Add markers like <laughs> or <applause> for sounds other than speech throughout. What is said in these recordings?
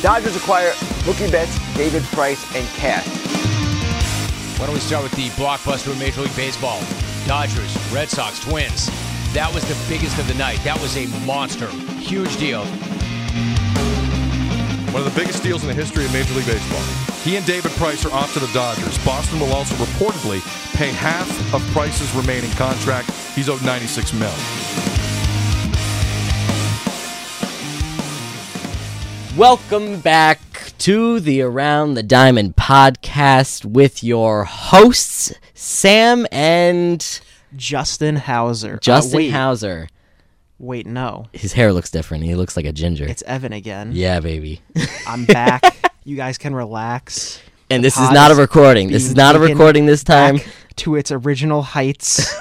Dodgers acquire Mookie Betts, David Price, and Cash. Why don't we start with the blockbuster in Major League Baseball? Dodgers, Red Sox, Twins. That was the biggest of the night. That was a monster. Huge deal. One of the biggest deals in the history of Major League Baseball. He and David Price are off to the Dodgers. Boston will also reportedly pay half of Price's remaining contract. He's owed 96 mil. Welcome back to the Around the Diamond podcast with your hosts, Sam and Justin Hauser. Uh, Justin wait, Hauser. Wait, no. His hair looks different. He looks like a ginger. It's Evan again. yeah, baby. <laughs> I'm back. you guys can relax. And this is pod not a is recording. This being is not a taken recording this time. Back to its <laughs> original heights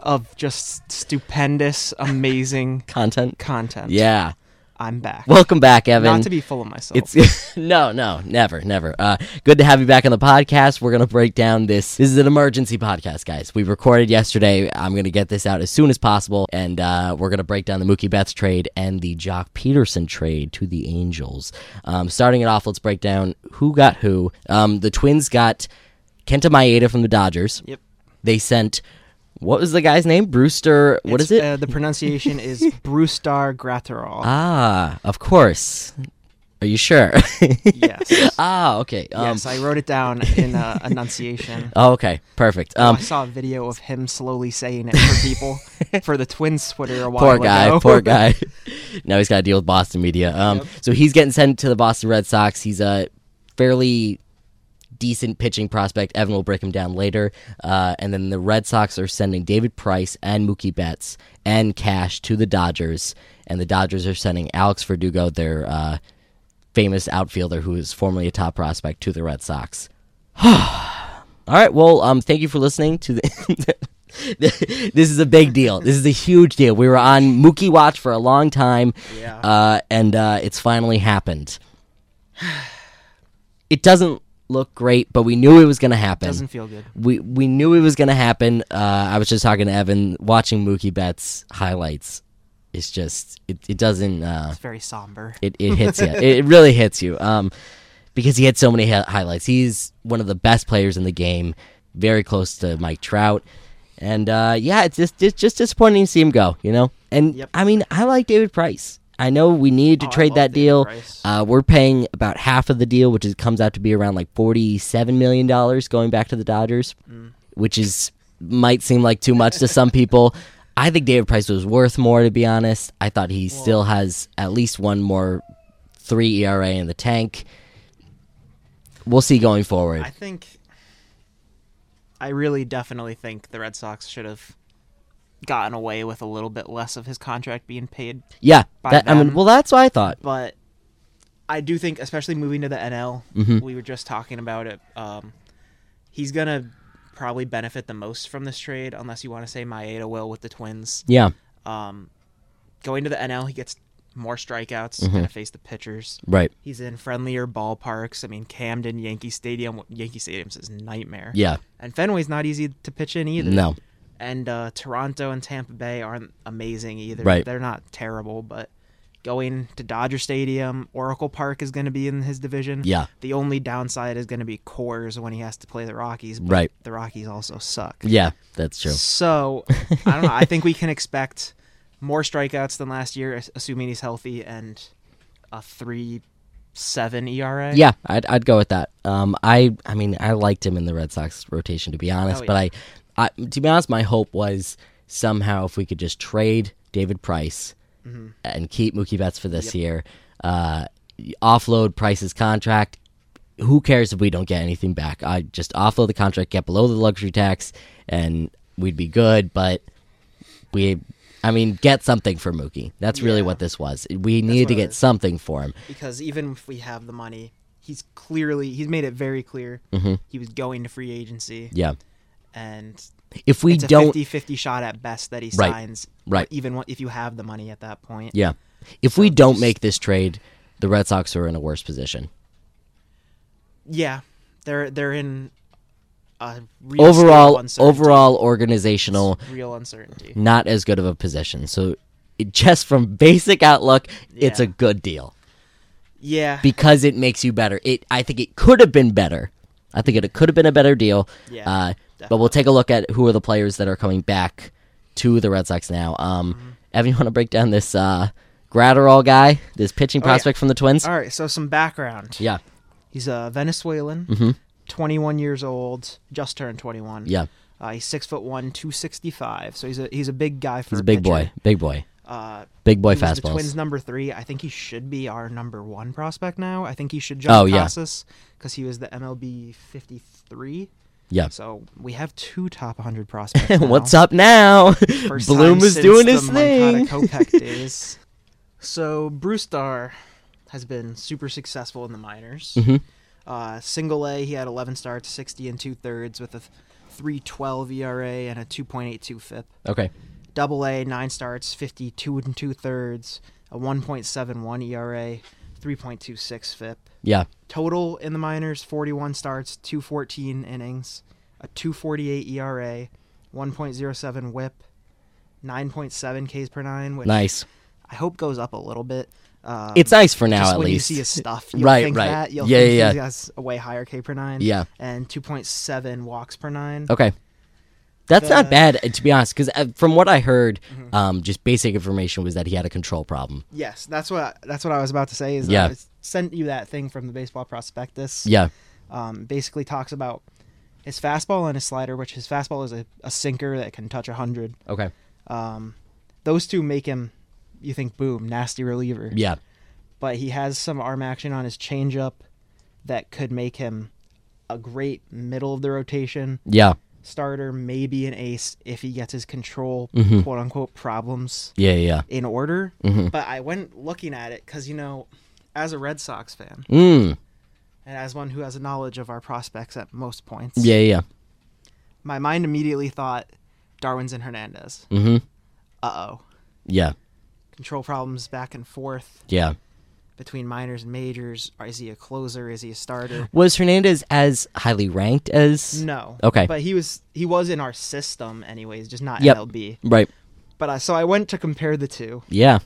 of just stupendous, amazing Content. content. Yeah. I'm back. Welcome back, Evan. Not to be full of myself. It's <laughs> no, no, never, never. Uh, good to have you back on the podcast. We're gonna break down this. This is an emergency podcast, guys. We recorded yesterday. I'm gonna get this out as soon as possible, and uh, we're gonna break down the Mookie Betts trade and the Jock Peterson trade to the Angels. Um, starting it off, let's break down who got who. Um, the Twins got Kenta Maeda from the Dodgers. Yep. They sent. What was the guy's name? Brewster. What is It's, it? Uh, the pronunciation <laughs> is Brewstar Gratterall. ah, of course. Are you sure? <laughs> yes. ah, okay. <laughs> Um, yes, I wrote it down <laughs> in uh, enunciation. Oh, okay, perfect. Um, I saw a video of him slowly saying it for people <laughs> for the Twins Twitter a while poor guy, ago. <laughs> poor guy. <laughs> now he's got to deal with Boston media. Um, so he's getting sent to the Boston Red Sox. He's a fairly decent pitching prospect. Evan will break him down later. Uh, and then the Red Sox are sending David Price and Mookie Betts and cash to the Dodgers, and the Dodgers are sending Alex Verdugo, their uh, famous outfielder who is formerly a top prospect, to the Red Sox. <sighs> All right. Well, um, thank you for listening to the. <laughs> this is a big deal. This is a huge deal. We were on Mookie Watch for a long time, Yeah. uh, and uh, it's finally happened. <sighs> It doesn't look great, but we knew it was going to happen. Doesn't feel good. we we knew it was going to happen. Uh, I was just talking to Evan, watching Mookie Betts highlights. It's just it, it doesn't. Uh, It's very somber. it, it hits you. it really hits you. Um, because he had so many hi- highlights. He's one of the best players in the game, very close to Mike Trout. And uh, yeah, it's just it's just disappointing to see him go. You know, and Yep. I mean, I like David Price. I know we needed to Oh, I trade love that David deal. Price. Uh, we're paying about half of the deal, which is, comes out to be around like forty-seven million dollars going back to the Dodgers, which is might seem like too much to some people. I think David Price was worth more, to be honest. I thought he still has at least one more three ERA in the tank. We'll see going forward. I think I really definitely think the Red Sox should have gotten away with a little bit less of his contract being paid, yeah, by that, I mean, them. well, that's what I thought. but I do think especially moving to the NL, we were just talking about it. Um, he's going to probably benefit the most from this trade unless you want to say Maeda will with the Twins. Yeah, Going to the NL, he gets more strikeouts, He's going to face the pitchers. right. He's in friendlier ballparks. I mean, Camden, Yankee Stadium. Yankee Stadium's his nightmare. Yeah, And Fenway's not easy to pitch in either. no, And uh, Toronto and Tampa Bay aren't amazing either. Right. They're not terrible, but going to Dodger Stadium, Oracle Park is going to be in his division. Yeah. The only downside is going to be Coors when he has to play the Rockies. But Right. The Rockies also suck. yeah, that's true. So I don't know. I think we can expect more strikeouts than last year, ass- assuming he's healthy, and a E three-seven ERA. Yeah, I'd, I'd go with that. Um, I I mean I liked him in the Red Sox rotation to be honest, Oh, but I, I to be honest, my hope was somehow if we could just trade David Price Mm-hmm. and keep Mookie Betts for this year, uh, offload Price's contract. Who cares if we don't get anything back? I just offload the contract, get below the luxury tax, and we'd be good. But we, I mean, get something for Mookie. That's really what this was. We needed to what it get something for him. because even if we have the money, he's clearly he's made it very clear he was going to free agency, Mm-hmm. Yeah. and If we it's a don't, 50-50 shot at best that he Right. signs. Right. Even wh- if you have the money at that point. Yeah. If we don't make this trade, the Red Sox are in a worse position. Yeah, they're they're in a real state of Overall, uncertainty. overall organizational, real uncertainty. not as good of <laughs> a position. So, it, just from basic outlook, it's Yeah. a good deal. Yeah. because it makes you better. It I think it could have been better. I think it could have been a better deal. Yeah, uh, but we'll take a look at who are the players that are coming back to the Red Sox now. Um, Mm-hmm. Evan, you want to break down this uh, Gratterall guy, this pitching prospect from the Twins? Oh, All right. So some background. Yeah, He's a Venezuelan, 21 years old, just turned 21. Mm-hmm. Yeah. Uh, he's six foot one, 265. So he's a he's a big guy for he's a a big pitcher. boy, big boy, Uh, big boy he was The fastballs. Twins number three. I think he should be our number one prospect now. I think he should Oh, jump yeah. Casas because he was the MLB 53. yeah. So we have two top 100 prospects. <laughs> now. What's up now? <laughs> First Bloom time is since doing the his thing. Moncada <laughs> Kopech days. So Bruce Dar has been super successful in the minors. Mm-hmm. Uh, single A, he had 11 starts, 60 and two thirds, with a 3.12 ERA and a 2.82 FIP. Okay. Double A, nine starts, 52 and two thirds, a 1.71 ERA, 3.26 FIP. Yeah. Total in the minors, 41 starts, 214 innings, a E 248 ERA, 1.07 whip, 9.7 Ks per nine, which Nice. I hope goes up a little bit. Um, It's nice for now, just at when least. you see his stuff, you'll Right, think right. that. You'll Yeah, think yeah, he yeah. has a way higher K per nine. Yeah. And 2.7 walks per nine. Okay. That's not The- bad, Mm-hmm. uh, to be honest, because from what I heard, um, just basic information was that he had a control problem. Yes, that's what that's what I was about to say. Is Yeah. yeah. I sent you that thing from the baseball prospectus. Yeah, um, basically talks about his fastball and his slider, which his fastball is a, a sinker that can touch 100. Okay. Those two make him, you think, boom, nasty reliever. Yeah. But he has some arm action on his changeup that could make him a great middle of the rotation Yeah. starter, maybe an ace if he gets his control, Mm-hmm. quote unquote, problems Yeah. Yeah. in order. Mm-hmm. But I went looking at it because, you know, as a Red Sox fan yeah. Mm. and as one who has a knowledge of our prospects at most points, Yeah. Yeah. my mind immediately thought Darwin's and Hernandez. Mm. Uh oh. Mm-hmm. Yeah. Control problems back and forth Yeah. between minors and majors. Is he a closer? Is he a starter? Was Hernandez as highly ranked as? No. Okay. But he was he was in our system anyways, just not Yep. MLB. Right. But uh, so I went to compare the two. Yeah.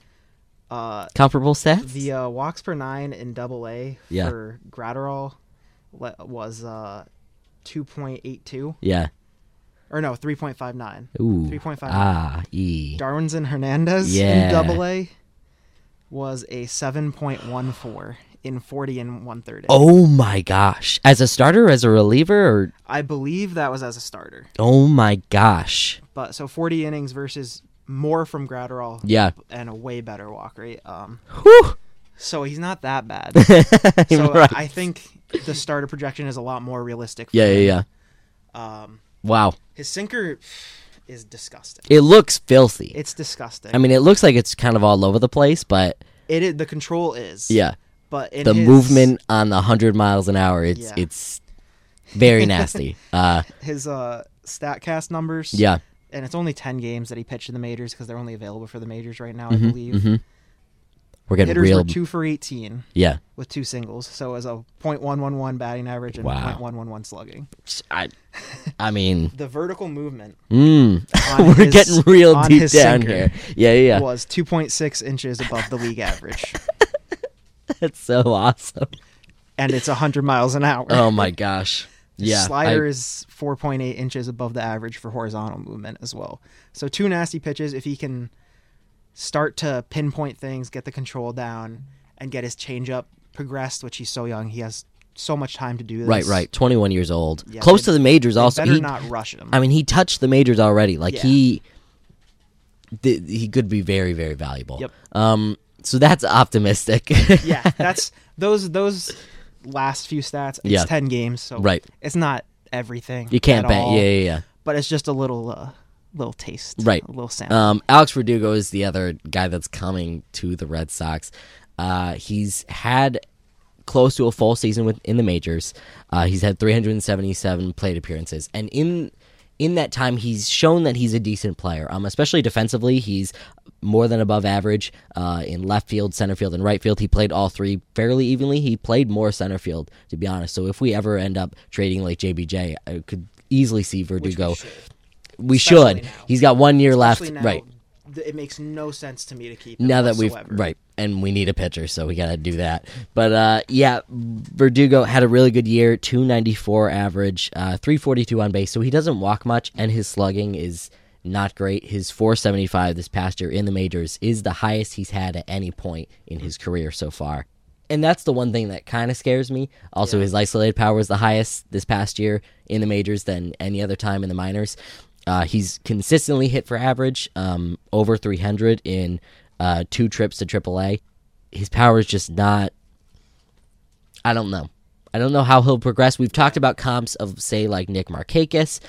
Uh, Comparable stats. the uh, walks per nine in Double A Yeah. for Gratterall le- was uh, two point eight two yeah. or no three point five nine. Ooh. Three point five. Ah. E. Darwin's and Hernandez Yeah. in double A was a 7.14 in 40 and 130. Oh my gosh! As a starter, as a reliever, or I believe that was as a starter. oh my gosh! But so 40 innings versus more from Gratterall Yeah. and a way better walk rate. Um, Whew. so he's not <laughs> that bad. so uh, Right. I think the starter projection is a lot more realistic. for Yeah. him. Yeah. Yeah. Um, Wow. his sinker is disgusting. It looks filthy. It's disgusting. I mean, it looks like it's kind of all over the place, but it, is- the control is. yeah, But in the his- movement on the hundred miles an hour, it's Yeah. it's very <laughs> nasty. uh, his uh statcast numbers. Yeah. And it's only 10 games that he pitched in the majors because they're only available for the majors right now, I believe. we're getting Mm-hmm, Hitters real. were 2 for 18 yeah, with two singles. So it was a .111 batting average and Wow. .111 slugging. I, I mean, The vertical movement mm, <laughs> <laughs> on we're his- getting real on deep his down sinker here. Yeah, yeah, yeah. was 2.6 inches above the league average. <laughs> that's so awesome. and it's 100 miles an hour. Oh my gosh. His Yeah, slider I- is 4.8 inches above the average for horizontal movement as well. So two nasty pitches. If he can start to pinpoint things, get the control down, and get his changeup progressed, which he's so young, he has so much time to do this. right, right. Twenty-one years old, Yeah, close they- to the majors. Also, Better he, not rush him. I mean, he touched the majors already. Like Yeah. he, th- he could be very, very valuable. Yep. Um. So that's optimistic. <laughs> yeah, that's those those last few stats. It's Yeah. ten games, so Right. It's not everything. <laughs> You can't at bet. all, Yeah, yeah, yeah. But it's just a little uh, little taste. Right. A little sample. Um, Alex Verdugo is the other guy that's coming to the Red Sox. Uh, he's had close to a full season with in the majors. Uh, he's had 377 plate appearances, and in in that time, he's shown that he's a decent player. Um, especially defensively, he's more than above average uh, in left field, center field, and right field. He played all three fairly evenly. He played more center field, to be honest. So if we ever end up trading like JBJ, I could easily see Verdugo. We should. Especially now. He's got one year Especially left. now, Right. th- it makes no sense to me to keep. him now that we've whatsoever. right and we need a pitcher so we got to do that but uh yeah verdugo had a really good year 294 average uh 342 on base so he doesn't walk much and his slugging is not great his 475 this past year in the majors is the highest he's had at any point in his career so far and that's the one thing that kind of scares me. Also, his isolated power was the highest this past year in the majors than any other time in the minors. Uh, he's consistently hit for average, um, over 300 in uh, two trips to AAA. His power is just not. I don't know. I don't know how he'll progress. We've talked about comps of, say, like Nick Markakis,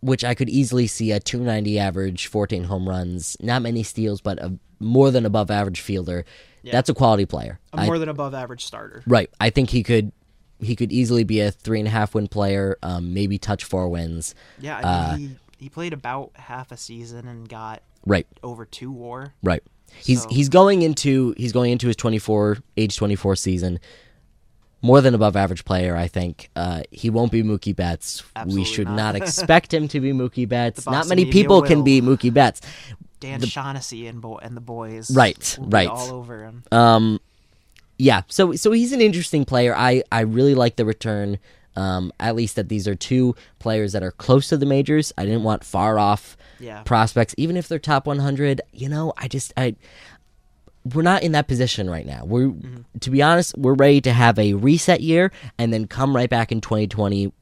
which I could easily see a 290 average, 14 home runs, not many steals, but a more than above average fielder. That's a quality player. A I- more than above average starter. Right. I think he could he could easily be a three and a half win player, um, maybe touch four wins. Yeah, Uh, I mean, he he played about half a season and got Right. over two WAR. Right. He's So- he's going into he's going into his twenty four age twenty four season. More than above average player, I think. Uh, he won't be Mookie Betts. we Absolutely should not. <laughs> not, expect him to be Mookie Betts. Not Boston many media people can will. be Mookie Betts. Dan Shaughnessy and bo- and the boys. Right, will be right. Uh, All over him. yeah so so he's an interesting player i i really like the return um at least that these are two players that are close to the majors i didn't want far off Yeah. prospects even if they're top 100 you know i just i we're not in that position right now we're Mm-hmm. to be honest we're ready to have a reset year and then come right back in 2020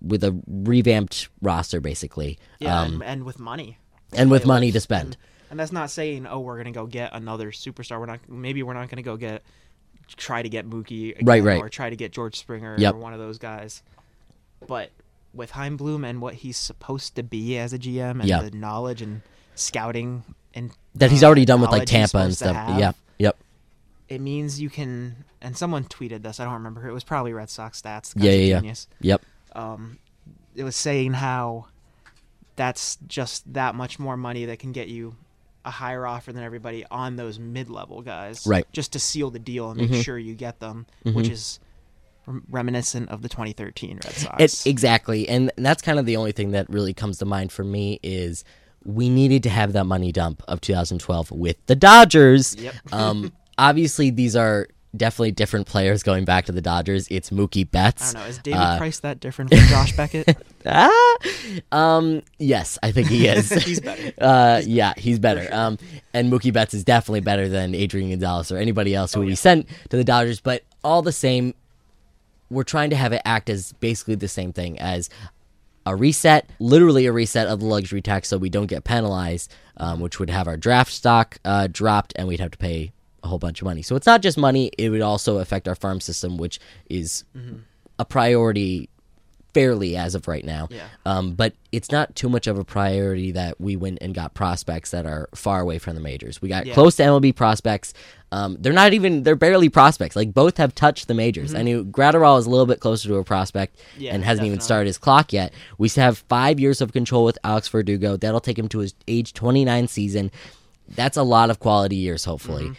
with a revamped roster basically yeah, mm-hmm. um, and, and with money. and with money to spend And that's not saying, oh, we're gonna go get another superstar. We're not. Maybe we're not gonna go get try to get Mookie, again, Right, right. or try to get George Springer Yep. or one of those guys. But with Heim Bloom and what he's supposed to be as a GM and Yeah. the knowledge and scouting and that he's uh, already done with like knowledge he's tampa and supposed to stuff have, yeah yep it means you can. And someone tweeted this. I don't remember. who, It was probably Red Sox stats. yeah the guy's a yeah yeah genius. yep It was saying how that's just that much more money that can get you a higher offer than everybody on those mid-level guys, Right. Mm-hmm. Just to seal the deal and make sure you get them, which is rem- reminiscent of the 2013 Red Sox. It, exactly, and that's kind of the only thing that really comes to mind for me is we needed to have that money dump of 2012 with the Dodgers. Yep. <laughs> um, obviously, these are definitely different players going back to the Dodgers. It's Mookie I Betts. don't <laughs> know. Is David Uh, Price that different from Josh Beckett? <laughs> ah! Um, yes, I think he is. <laughs> He's better. <laughs> Uh, yeah, he's better. Um, and Mookie Betts is definitely better than Adrian Gonzalez or anybody else who Oh, we sent to the Dodgers. But all the same, we're trying to have it act as basically the same thing as a reset, literally a reset of the luxury tax, so we don't get penalized, um, which would have our draft stock uh, dropped, and we'd have to pay a whole bunch of money. So it's not just money; it would also affect our farm system, which is Mm-hmm. a priority fairly as of right now. Yeah. Um, but it's not too much of a priority that we went and got prospects that are far away from the majors. We got Yeah. close to MLB prospects. Um, they're not even they're barely prospects. Like both have touched the majors. Mm-hmm. I knew Gratterall is a little bit closer to a prospect Yeah, and hasn't even definitely. started his clock yet. We still have five years of control with Alex Verdugo. That'll take him to his age 29 season. That's a lot of quality years, hopefully. Mm-hmm.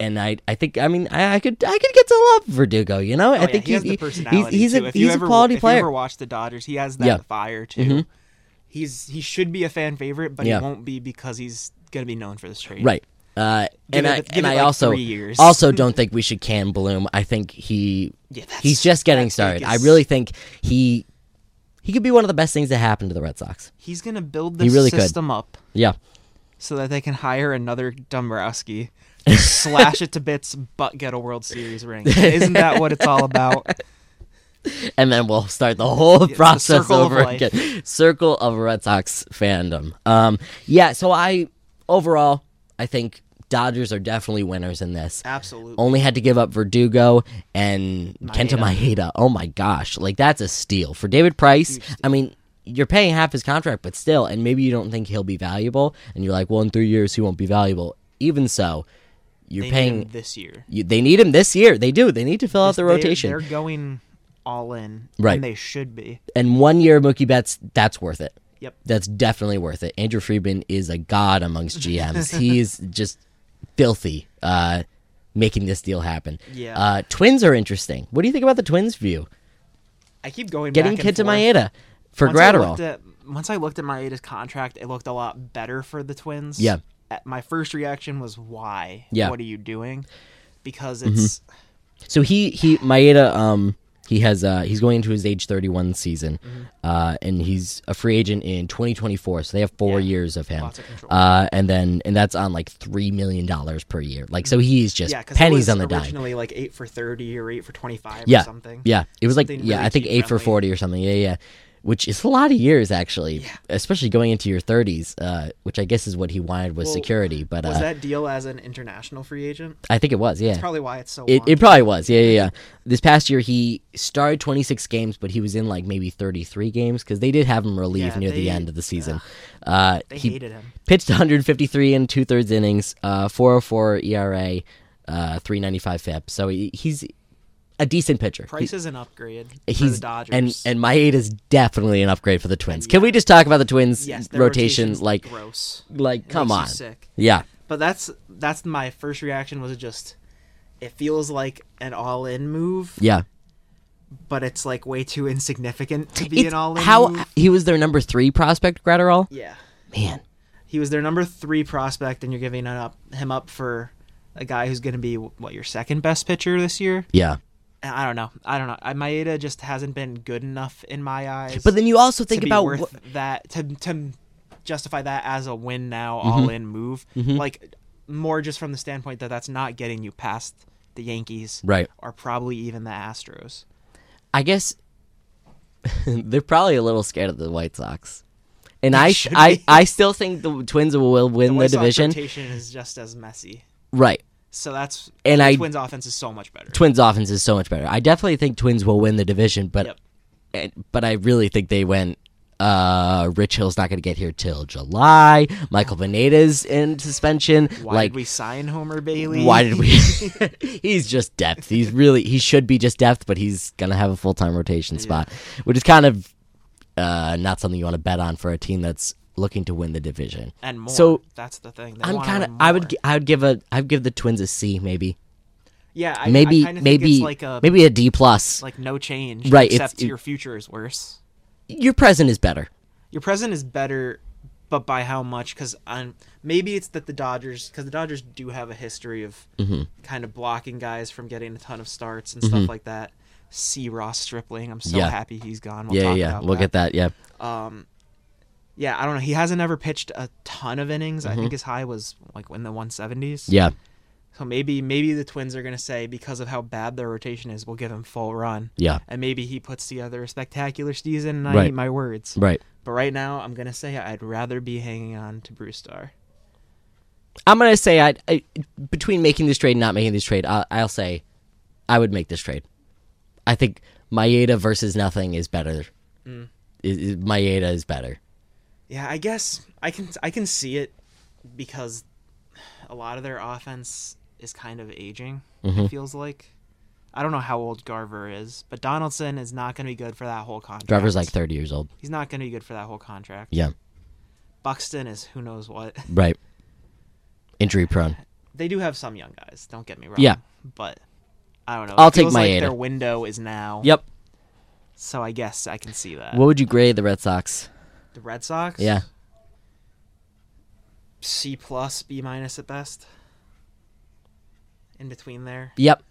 And I, I think, I mean, I, I could, I could get to love Verdugo. You know, I Oh, yeah, think he has the personality. he's, he's too. a, If you he's ever- a quality if player. you ever watch the Dodgers, he has that Yeah. Mm-hmm. fire too. He's he should be a fan favorite, but Yeah. he won't be because he's gonna be known for this trade. Right. Uh, Give and it- I, give and it, I like, also three <laughs> years. also don't think we should can Bloom. I think he <laughs> Yeah, that's- he's just getting that take started. I is- really think he he could be one of the best things that happened to the Red Sox. He's gonna build the He really could. system up Yeah. so that they can hire another Dombrowski, slash it to bits, but get a World <laughs> Series ring. Isn't that what it's all about? And then we'll start the whole the process circle of over life. again. Circle of Red Sox fandom. Um yeah, so I overall I think Dodgers are definitely winners in this. Absolutely. Only had to give up Verdugo and Kenta Maeda. Oh my gosh, like that's a steal for David Price. I mean, you're paying half his contract, but still, and maybe you don't think he'll be valuable, and you're like, well, in three years he won't be valuable. Even so, you're They need him paying. this year. you, they need him this year. They do. They need to fill out the They- rotation. They're going all in. Right. And they should be. and one year of Mookie Betts, that's worth it. Yep. That's definitely worth it. Andrew Friedman is a god amongst <laughs> GMs. He's just filthy uh, making this deal happen. Yeah. Uh, twins are interesting. What do you think about the Twins view? I keep going Getting back and Kenta Maeda forth. for Once I Gratterall. looked at once I looked at Maeda's contract, it looked a lot better for the Twins. Yeah. Uh, My first reaction was, "Why? Yeah. Mm-hmm. What are you doing?" Because it's So he he Maeda um he has uh he's going into his age 31 season Mm-hmm. uh and he's a free agent in 2024 so they have 4 Yeah. years of him. Lots of control. uh and then and that's on like 3 million dollars per year. Like so he's just yeah, because pennies on the dime. originally like eight for thirty or eight for twenty five Yeah. or something. Yeah. It was like Something yeah, really I think 8 for kid-friendly. 40 or something. Yeah, yeah. Which is a lot of years actually, especially going into your 30s, uh which I guess is what he wanted was Well, security, but Was uh that deal as an international free agent? I think it was, yeah. Probably why it's so. It, wonky. it probably was. Yeah, yeah, yeah. This past year, he started 26 games, but he was in like maybe 33 games because they did have him relieved Yeah, near the they- end of the season. uh, They he hated him. pitched 153 and two thirds innings, uh, 404 ERA, uh, 395 FIP. So he, he's a decent pitcher. Price is an upgrade He- for he's the Dodgers. and and Maeda's definitely an upgrade for the Twins. Can we just talk about the Twins yes, their rotation? rotation's Like, gross. like, come makes you on, sick. yeah. But that's that's my first reaction was just it feels like an all in move, Yeah, but it's like way too insignificant to be It's an all in how move. he was their number three prospect, Gratterall. Yeah. Man, He was their number three prospect, and you're giving it up, him up for a guy who's going to be what your second best pitcher this year. yeah. And I don't know. I don't know. I- Maeda just hasn't been good enough in my eyes. But then you also think to be about worth what, that to to justify that as a win now Mm-hmm. all in move. Like more just from the standpoint that that's not getting you past the Yankees, Right. Or probably even the Astros. I guess <laughs> they're probably a little scared of the White Sox. And I, should I, be. I still think the Twins will win the, White Sox division. rotation is just as messy. Right. So that's And the I- Twins offense is so much better. Twins offense is so much better. I definitely think Twins will win the division, but Yep. and- but I really think they went uh Rich Hill's not going to get here till July. Michael Pineda's in suspension. Why like did we sign Homer Bailey? why did we <laughs> He's just depth. He's really he should be just depth, but he's going to have a full-time rotation spot, which is kind of uh not something you want to bet on for a team that's looking to win the division. and more? So that's the thing. They I'm wanna kind of win I would more. gi- I would give a I'd give the Twins a C maybe. yeah. I, Maybe I kinda think maybe it's like a maybe a D plus. like no change. Right, it's- Except it- your future is worse. Your present is better. your present is better but by how much because i'm maybe it's that the dodgers because the dodgers do have a history of Mm-hmm. kind of blocking guys from getting a ton of starts and stuff like that see ross stripling i'm so Yeah. happy he's gone we'll Yeah, yeah, talk yeah. about We'll that. get that. Yeah. yeah i don't know he hasn't ever pitched a ton of innings i think his high was like in the 170s Mm-hmm. Yeah. so maybe maybe the twins are going to say because of how bad their rotation is we'll give him full run Yeah. and maybe he puts together a spectacular season and i Right. eat my words Right. but right now i'm going to say i'd rather be hanging on to bruce star I'm going to say I, I between making this trade and not making this trade, I, I'll say I would make this trade. I think Maeda versus nothing is better. Mm. Is, is- Maeda is better. Yeah, I guess I can I can see it because a lot of their offense is kind of aging. Mm-hmm. It feels like I don't know how old Garver is, but Donaldson is not going to be good for that whole contract. Driver's like 30 years old. he's not going to be good for that whole contract. Yeah. Buxton is who knows what. <laughs> Right. Injury prone. They do have some young guys. Don't get me wrong. Yeah. but I don't know. I'll It take feels like Maeda. Their window is now. Yep. So I guess I can see that. What would you grade the Red Sox? the Red Sox. Yeah. C plus, B minus at best. In between there. Yep.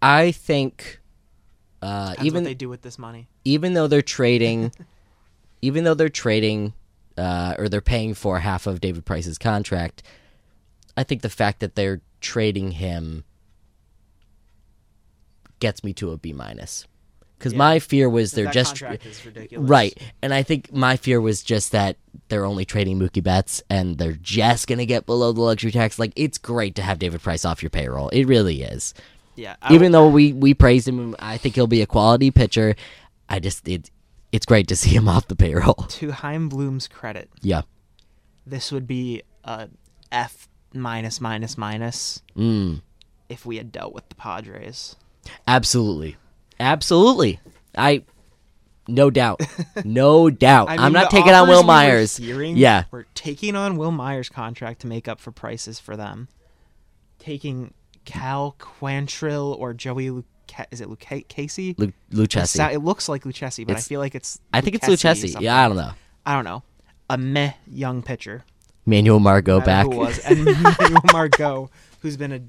I think uh, Depends even what they do with this money. even though they're <laughs> trading, even though they're trading, uh, or they're paying for half of David Price's contract, I think the fact that they're trading him gets me to a B minus. Because my fear was they're that just contract is <laughs> ridiculous. right, and I think my fear was just that they're only trading Mookie Betts and they're just gonna get below the luxury tax. Like it's great to have David Price off your payroll. It really is Yeah. I even though we we praised him, I think he'll be a quality pitcher. I just it it's great to <laughs> see him off the payroll. to Heim Bloom's credit, Yeah, this would be a F minus minus minus Hmm. if we had dealt with the Padres. absolutely, absolutely. I no <laughs> doubt, no doubt. I I'm mean, not the taking on offers Will we were Myers. hearing yeah, we're taking on Will Myers' contract to make up for prices for them. Taking Cal Quantrill or Joey Luca- is it Luca- Casey? Lu- It Lucchesi. sou- It looks like Lucchesi, but It's- I feel like it's I think it's Lucchesi Lucchesi. something. Yeah, I don't know. I don't know, a meh young pitcher. Manuel Margot I back. don't know Who it was and <laughs> Manuel Margot, who's been a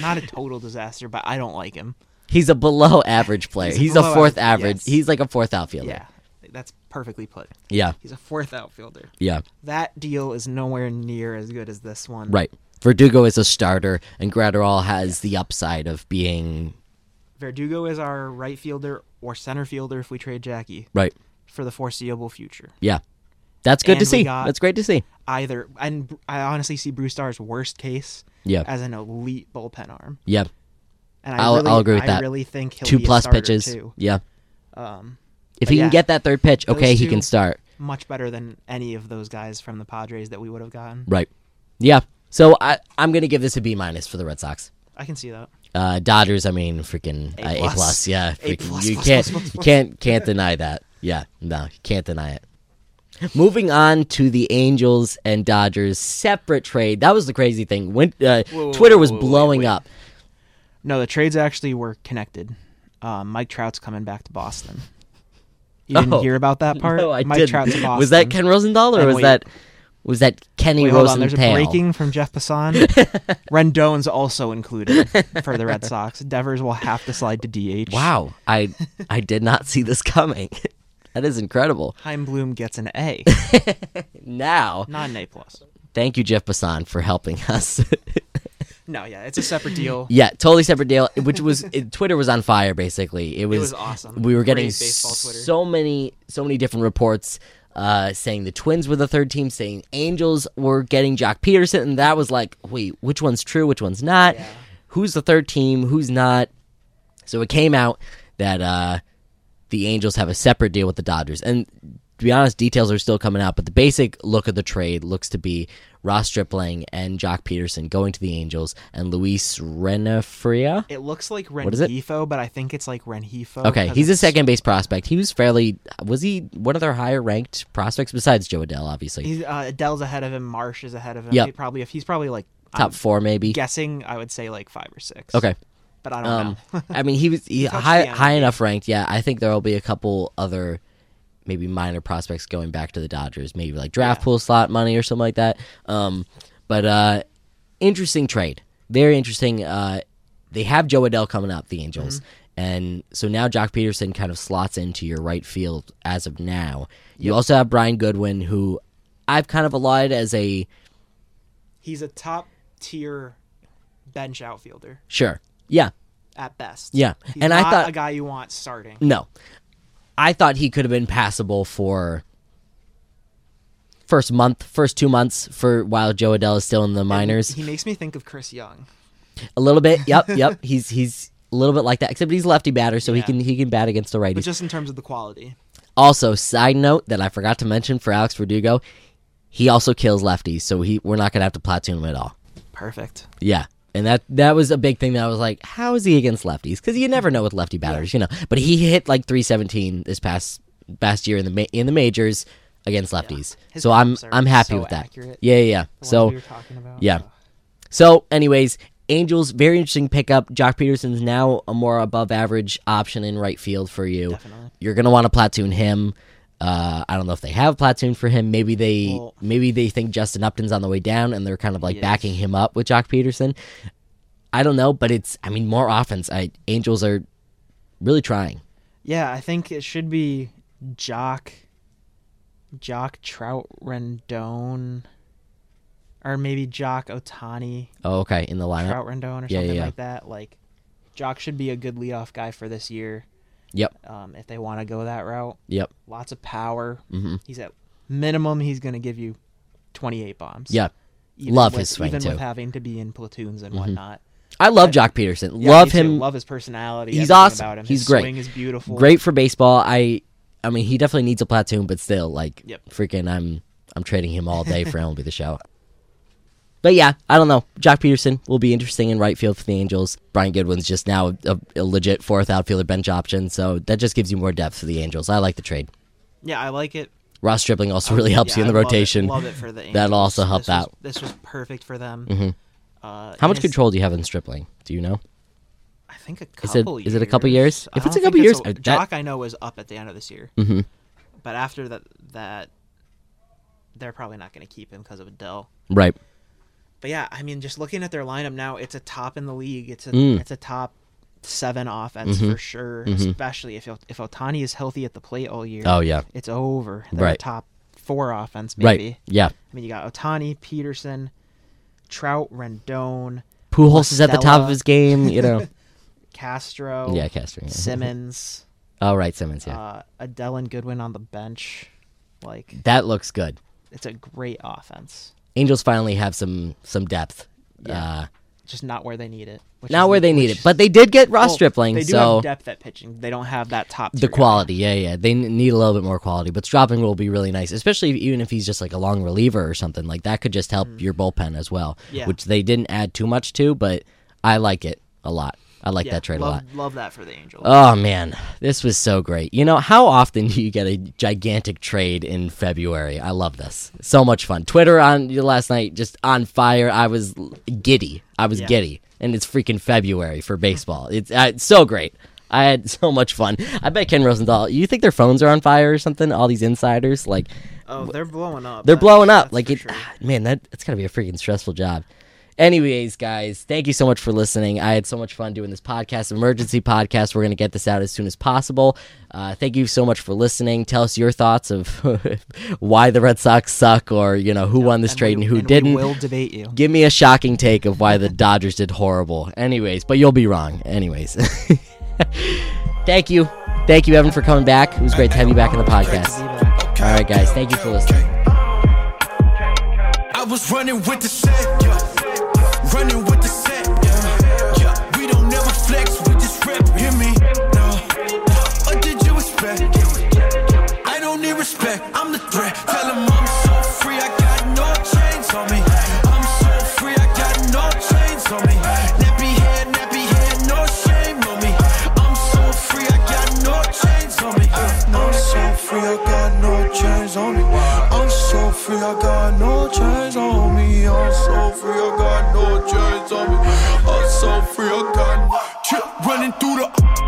not a total disaster, but I don't like him. <laughs> He's a below average player. He's, He's a a below fourth average- average. yes. He's like a fourth outfielder. Yeah, that's perfectly put. Yeah. He's a fourth outfielder. Yeah. That deal is nowhere near as good as this one. Right. Verdugo is a starter, and Gratterall has the upside of being Verdugo is our right fielder or center fielder if we trade Jackie right. for the foreseeable future. Yeah. That's good And to we see. got- That's great to see. Either and I honestly see Bruce Starr's worst case Yeah. as an elite bullpen arm. Yeah. And I I'll- really, I'll agree with I that. really think he'll Two be a plus starter, pitches. too. Yeah. Um, If But he yeah, can get that third pitch, those okay, he two- can start. much better than any of those guys from the Padres that we would have gotten. Right. Yeah. So I I'm gonna give this a B minus for the Red Sox. I can see that. Uh, Dodgers, I mean, freaking A uh, A plus. plus, yeah, A freaking- plus, you plus, can't, plus, plus, you plus. can't, can't deny that. Yeah, no, you can't deny it. Moving on to the Angels and Dodgers separate trade. That was the crazy thing. When uh, whoa, Twitter was whoa, wait, blowing wait. up. No, the trades actually were connected. Um, Mike Trout's coming back to Boston. You didn't Oh. hear about that part? <laughs> No, I Mike didn't. Trout to Boston. Was that Ken Rosendahl or And was wait. that was that Kenny Wait, hold on. There's a Rosenthal? breaking from <laughs> Jeff Passan. Rendon's also included for the Red Sox. Devers will have to slide to DH. Wow, I I did not see this coming. <laughs> that is incredible. Heim Bloom gets an <laughs> A, Now, not an A plus. thank you, Jeff Passan, for helping us. <laughs> No, yeah, it's a separate deal. Yeah, totally separate deal. Which was it, Twitter was on fire. Basically, it was, was awesome. We were getting Raised baseball Twitter. so many, so many different reports uh, saying the Twins were the third team, saying Angels were getting Jock Peterson, and that was like, wait, which one's true? Which one's not? Who's the third team? Who's not? So it came out that uh, the Angels have a separate deal with the Dodgers. And to be honest, details are still coming out, but the basic look of the trade looks to be Ross Stripling and Jock Peterson going to the Angels and Luis Renafria. It looks like is it? Renhefo, but I think it's like Renhefo. Okay, 'cause he's a it's- second base prospect. He was fairly was he one of their higher ranked prospects besides Joe Adell, obviously. He's, uh, Adele's ahead of him. Marsh is ahead of him. Yep. He probably if he's probably like Top I'm four maybe. guessing, I would say like five or six. Okay. but I don't <laughs> Um, know. I mean, he was he touched high the MLB. high enough ranked. Yeah, I think there will be a couple other maybe minor prospects going back to the Dodgers, maybe like draft pool slot money or something like that. Um, but uh, interesting trade, very interesting. Uh, they have Joe Adell coming up, the Angels, and so now Jock Peterson kind of slots into your right field as of now. You also have Brian Goodwin, who I've kind of allied as a he's a top tier bench outfielder sure, yeah, at best. Yeah, He's and I not thought- a guy you want starting. No. I thought he could have been passable for first month, first two months for while Joe Adell is still in the minors. He makes me think of Chris Young. A little bit. <laughs> Yep, yep. He's he's a little bit like that. Except he's a lefty batter, so he Yeah. can he can bat against the righties. But just in terms of the quality. also, side note that I forgot to mention for Alex Verdugo, he also kills lefties, so he we're not gonna have to platoon him at all. Perfect. Yeah. And that that was a big thing that I was like, how is he against lefties? Because you never know with lefty batters, you know. But he hit like 317 this past past year in the ma- in the majors against lefties. His So I'm comps are I'm happy so with that. accurate. Yeah, yeah. yeah. The So ones we were talking about. yeah. So, anyways, Angels very interesting pickup. Jock Peterson's now a more above average option in right field for you. Definitely. You're gonna want to platoon him. Uh, I don't know if they have platoon for him. Maybe they Well- maybe they think Justin Upton's on the way down and they're kind of like Yes. backing him up with Jock Peterson. I don't know, but it's I mean more offense. I Angels are really trying. Yeah, I think it should be Jock, Jock Trout Rendon, or maybe Jock Otani Oh, okay, in the lineup. Trout Rendon or Yeah, yeah, something yeah. like that. Like, Jock should be a good leadoff guy for this year Yep, um, if they want to go that route. yep, Lots of power. Mm-hmm. He's at minimum. He's going to give you twenty eight bombs. yeah. Even Love with- his swing, even too. with having to be in platoons and whatnot. I love Jock Peterson. Yeah, love me too. him. Love his personality. He's everything awesome. About him. He's His great. Swing is beautiful. Great for baseball. I I mean he definitely needs a platoon, but still, like Yep. freaking I'm I'm trading him all day <laughs> for MLB the show. But yeah, I don't know. Jock Peterson will be interesting in right field for the Angels. Brian Goodwin's just now a, a legit fourth outfielder bench option, so that just gives you more depth for the Angels. I like the trade. Yeah, I like it. Ross Stripling also really helps Oh, Yeah, you in the I love it. rotation. Love it for the Angels. That'll also help this was- out. Mm-hmm. this was perfect for them. Uh, How and much it's- control do you have in Stripling? Do you know? I think a Is it- couple. is it a couple years? I If it's don't a couple think years, I- that- Mm-hmm. Jock I know was up at the end of this year. But after that, that they're probably not going to keep him because of Adele. Right. But yeah, I mean, just looking at their lineup now, it's a top in the league. It's a Mm. it's a top seven offense Mm-hmm. for sure. Especially if if Otani is healthy at the plate all year. Oh, yeah. it's over. They're Right. a top four offense Right. maybe. Yeah. I mean, you got Otani, Peterson, Trout, Rendon, Pujols is at the top Stella. of his game. You <laughs> know. Castro, yeah, Mm-hmm. Castro. Yeah. Simmons, All right, Simmons. Yeah. uh, Adele and Goodwin on the bench. Like that looks good. it's a great offense, Angels finally have some some depth. Uh, just not where they need it. Which not is- where they need which it, but they did get Ross Well, Stripling, They do so have depth at pitching. They don't have that top. the tier guy. quality, yeah, yeah, they n- need a little bit more quality. But Stropping will be really nice, especially if, even if he's just like a long reliever or something like that. Could just help your bullpen as well, Mm. Yeah. which they didn't add too much to, but I like it a lot. I like Yeah, that trade love, a lot. Love that for the Angels. Oh man, this was so great. You know, how often <laughs> do you get a gigantic trade in February? I love this. So much fun. Twitter on last night just on fire. I was l- giddy. I was Yeah. giddy. And it's freaking February for baseball. It's, uh, it's so great. I had <laughs> so much fun. I bet Ken Rosenthal, you think their phones are on fire or something? All these insiders like oh, they're blowing up. they're That's- blowing up. that's Like for it, sure. ah, man. That that's gotta be a freaking stressful job. Anyways, guys, thank you so much for listening. I had so much fun doing this podcast, emergency podcast. We're gonna get this out as soon as possible. Uh, thank you so much for listening. Tell us your thoughts of <laughs> why the Red Sox suck, or you know who won this And trade and we- who and we didn't. will debate you. Give me a shocking take of why the Dodgers did horrible. Anyways, but you'll be wrong. Anyways, <laughs> thank you, thank you, Evan, for coming back. It was great to have you back on the podcast. All right, guys, thank you for listening. I was running with the set, yeah. Running with the set, yeah. yeah. We don't never flex, we just rep, hear me? No. What did you expect? I don't need respect, I'm the threat. Tell 'em I'm so free, I got no chains on me. I'm so free, I got no chains on me. Nappy hair, nappy hair, no shame on me. I'm so free, I got no chains on me. I'm so free, I got no chains on me. I'm so free, I got no chains on me. I'm so free, I got no chains on me. I'm so free, I got no running through the